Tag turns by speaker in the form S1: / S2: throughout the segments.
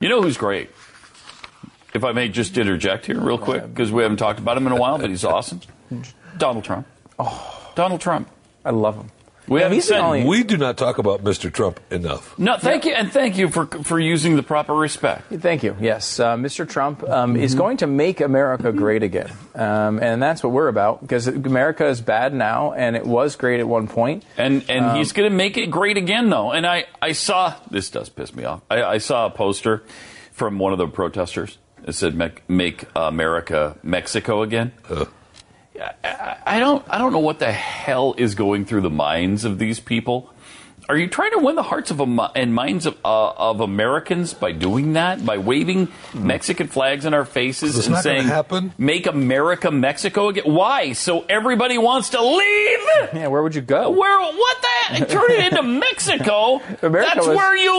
S1: You know who's great? If I may just interject here real quick, because we haven't talked about him in a while, but he's awesome. Donald Trump. Oh, Donald Trump.
S2: I love him.
S1: We haven't said
S3: We do not talk about Mr. Trump enough.
S1: No, thank you, and thank you for for using the proper respect.
S2: Thank you. Yes, uh, Mr. Trump um, is
S1: Mm-hmm.
S2: going to make America great again, um, and that's what we're about. Because America is bad now, and it was great at one point.
S1: And and
S3: Um,
S1: he's going to make it great again, though. And I I saw this does piss me off. I, I saw a poster from one of the protesters. It said "Mec- "Make America Mexico Again." I- I, I don't I don't know what the hell is going through the minds of these people. Are you trying to win the hearts of Ama- and minds of uh, of Americans by doing that by waving Mexican flags in our faces and
S3: It's Hmm. not gonna
S1: saying
S3: happen.
S1: "Make America Mexico Again"? Why? So everybody wants to leave.
S2: Yeah, where would you go?
S1: Where what the turn it into Mexico?
S2: America
S1: That's
S2: was-
S1: where you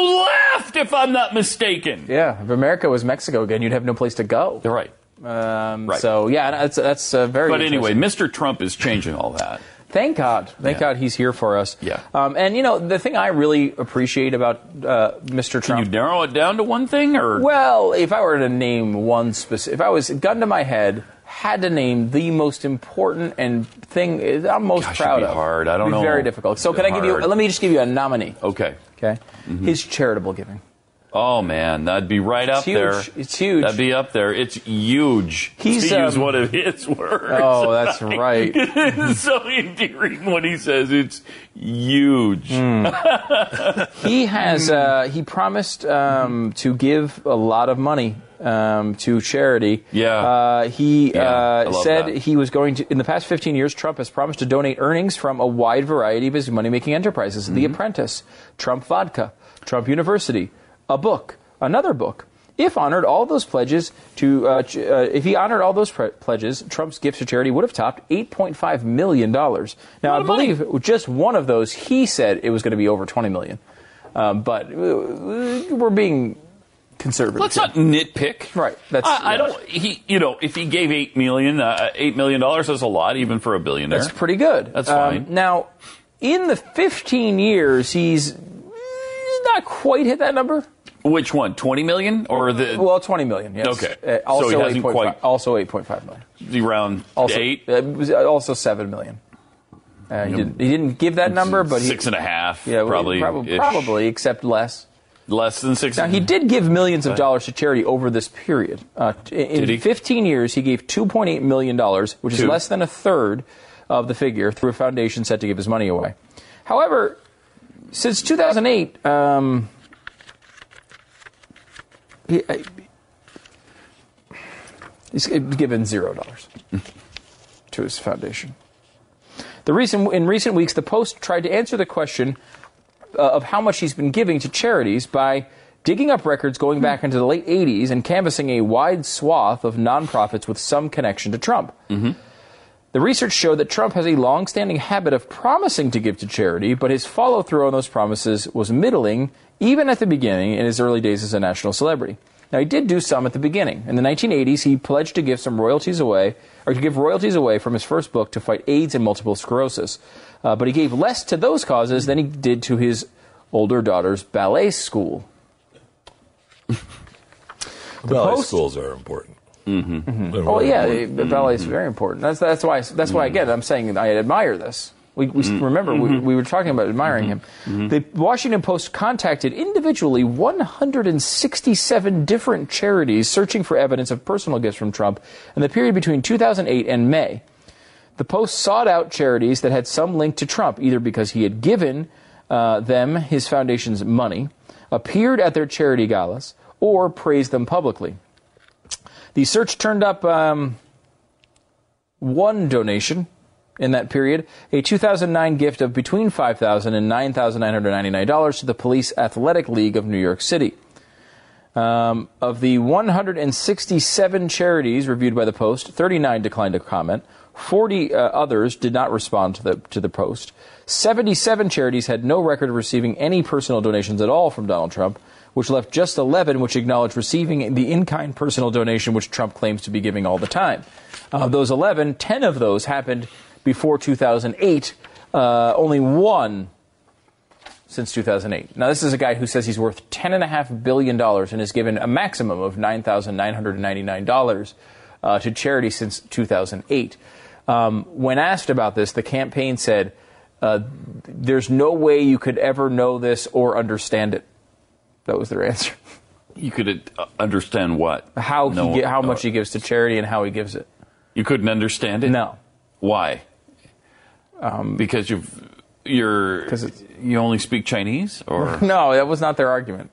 S1: left, if I'm not mistaken.
S2: Yeah, if America was Mexico again, you'd have no place to go.
S1: You're right.
S2: Um,
S1: Right.
S2: So yeah, that's that's uh, very.
S1: But anyway,
S2: interesting.
S1: Mr. Trump is changing all that.
S2: Thank God. Thank
S1: Yeah.
S2: God he's here for us.
S1: Yeah.
S2: Um, and, you know, the thing I really appreciate about uh, Mr.
S1: Can
S2: Trump.
S1: you narrow it down to one thing, or
S2: well, if I were to name one specific, if I was gun to my head, had to name the most important and thing eh, I'm most
S1: Gosh,
S2: proud
S1: it'd be
S2: of.
S1: hard. I don't
S2: It'd be
S1: know.
S2: Very difficult. So,
S1: It'd
S2: can
S1: be
S2: I give you?
S1: hard. Mm-hmm.
S2: Let me just give you a nominee.
S1: okay?
S2: Okay. His charitable giving.
S1: Oh man, that'd be right up
S2: It's huge.
S1: there.
S2: It's huge.
S1: That'd be up there. It's huge.
S2: He's,
S1: to use
S2: um,
S1: one of his words.
S2: Oh, that's right.
S1: it's so endearing when he says it's huge.
S2: he has uh, he promised um, to give a lot of money um, to charity.
S1: Yeah.
S2: Uh, he
S1: Yeah, I
S2: uh,
S1: love
S2: said
S1: that.
S2: he was going to. In the past 15 years, Trump has promised to donate earnings from a wide variety of his money-making enterprises: The
S1: Mm-hmm.
S2: Apprentice, Trump Vodka, Trump University, a book, another book. If honored, all those pledges to uh, ch- uh, if he honored all those pre- pledges, Trump's gifts to charity would have topped 8.5 million dollars. Now, I
S1: of money.
S2: believe just one of those he said it was going to be over 20 million. Um, but uh, we're being conservative.
S1: Let's not nitpick.
S2: Right, that's-
S1: I, I
S2: yeah.
S1: don't. He, you know, if he gave eight million, uh, eight million dollars is a lot, even for a billionaire.
S2: That's pretty good. Um,
S1: That's fine.
S2: Now, in the 15 years, he's mm, not quite hit that number.
S1: Which one? Twenty million or the
S2: Well, 20 million. Yes.
S1: Okay.
S2: Uh,
S1: So he
S2: also
S1: hasn't
S2: 8.5
S1: quite-
S2: Also 8.5 million.
S1: the round
S2: Also
S1: eight,
S2: uh, it was, uh, also 7 million. Uh, he, didn't, he didn't give that number, but he
S1: six and a half,
S2: yeah, well,
S1: probably,
S2: probably,
S1: ish.
S2: probably except less.
S1: less than six.
S2: Now, he did give millions of dollars to charity over this period. Uh, t- in
S1: Did he?
S2: 15 years, he gave $2.8 million, which is
S1: Two.
S2: less than a third of the figure, through a foundation set to give his money away. However, since 2008, um, he, I, he's given zero dollars to his foundation. The reason, in recent weeks, the Post tried to answer the question uh, of how much he's been giving to charities by digging up records going back into the late 80s and canvassing a wide swath of nonprofits with some connection to Trump. The research showed that Trump has a long-standing habit of promising to give to charity, but his follow-through on those promises was middling, even at the beginning in his early days as a national celebrity. Now he did do some at the beginning. In the 1980s, he pledged to give some royalties away, or to give royalties away from his first book to fight AIDS and multiple sclerosis. Uh, but he gave less to those causes than he did to his older daughter's ballet school.
S3: Ballet
S2: Post-
S3: schools are important. Mm-hmm.
S2: Oh yeah, the ballet is very important. That's that's why that's why again I'm saying I admire this. We, we remember we, we were talking about admiring him. The Washington Post contacted individually 167 different charities searching for evidence of personal gifts from Trump in the period between 2008 and May. The Post sought out charities that had some link to Trump, either because he had given uh, them his foundation's money, appeared at their charity galas, or praised them publicly. The search turned up um, one donation in that period a 2009 gift of between $5,000 and $9,999 to the Police Athletic League of New York City. Um, of the 167 charities reviewed by the Post, 39 declined to comment. 40 uh, others did not respond to the, to the Post. 77 charities had no record of receiving any personal donations at all from Donald Trump, which left just 11 which acknowledged receiving the in kind personal donation which Trump claims to be giving all the time. Of those 11, 10 of those happened before 2008, uh, only one since 2008. Now, this is a guy who says he's worth $10.5 billion and is given a maximum of $9,999 uh, to charity since 2008. Um, when asked about this, the campaign said, uh, There's no way you could ever know this or understand it. That was their answer.
S1: You could uh, understand what?
S2: How,
S1: No,
S2: he, gi- how
S1: no.
S2: much he gives to charity and how he gives it.
S1: You couldn't understand it?
S2: No. Um,
S1: Why? because you've you're
S2: 'Cause it's-
S1: you only speak Chinese or
S2: No, that was not their argument.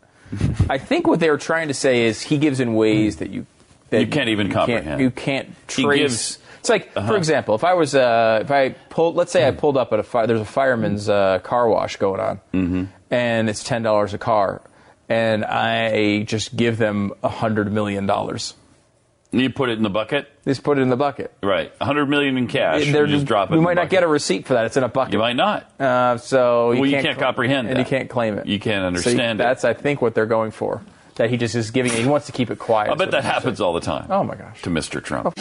S2: I think what they were trying to say is he gives in ways that you that
S1: You can't even comprehend.
S2: you can't
S1: He
S2: trace.
S1: gives- Uh-huh.
S2: it's like, for example, if I was uh, if I pulled, let's
S1: Hmm.
S2: say I pulled up at a fire. There's a fireman's uh, car wash going on,
S1: Mm-hmm.
S2: and it's ten dollars a car, and I just give them a hundred million dollars.
S1: you put it in the bucket?
S2: Just put it in the bucket.
S1: Right. 100 million in cash.
S2: They're-
S1: You just drop it.
S2: we
S1: in the
S2: might not
S1: bucket.
S2: get a receipt for that. It's in a bucket.
S1: You might not.
S2: Uh, so you
S1: Well, you
S2: can't,
S1: can't comprehend
S2: and
S1: that.
S2: you can't claim it.
S1: You can't
S2: So
S1: understand it.
S2: That's I think what they're going for. That he just is giving. He wants to keep it quiet.
S1: I
S2: is
S1: bet
S2: what
S1: Oh, that
S2: I'm
S1: happens all the time.
S2: Oh, my gosh.
S1: To Mr. Trump.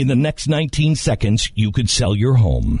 S4: in the next 19 seconds you could sell your home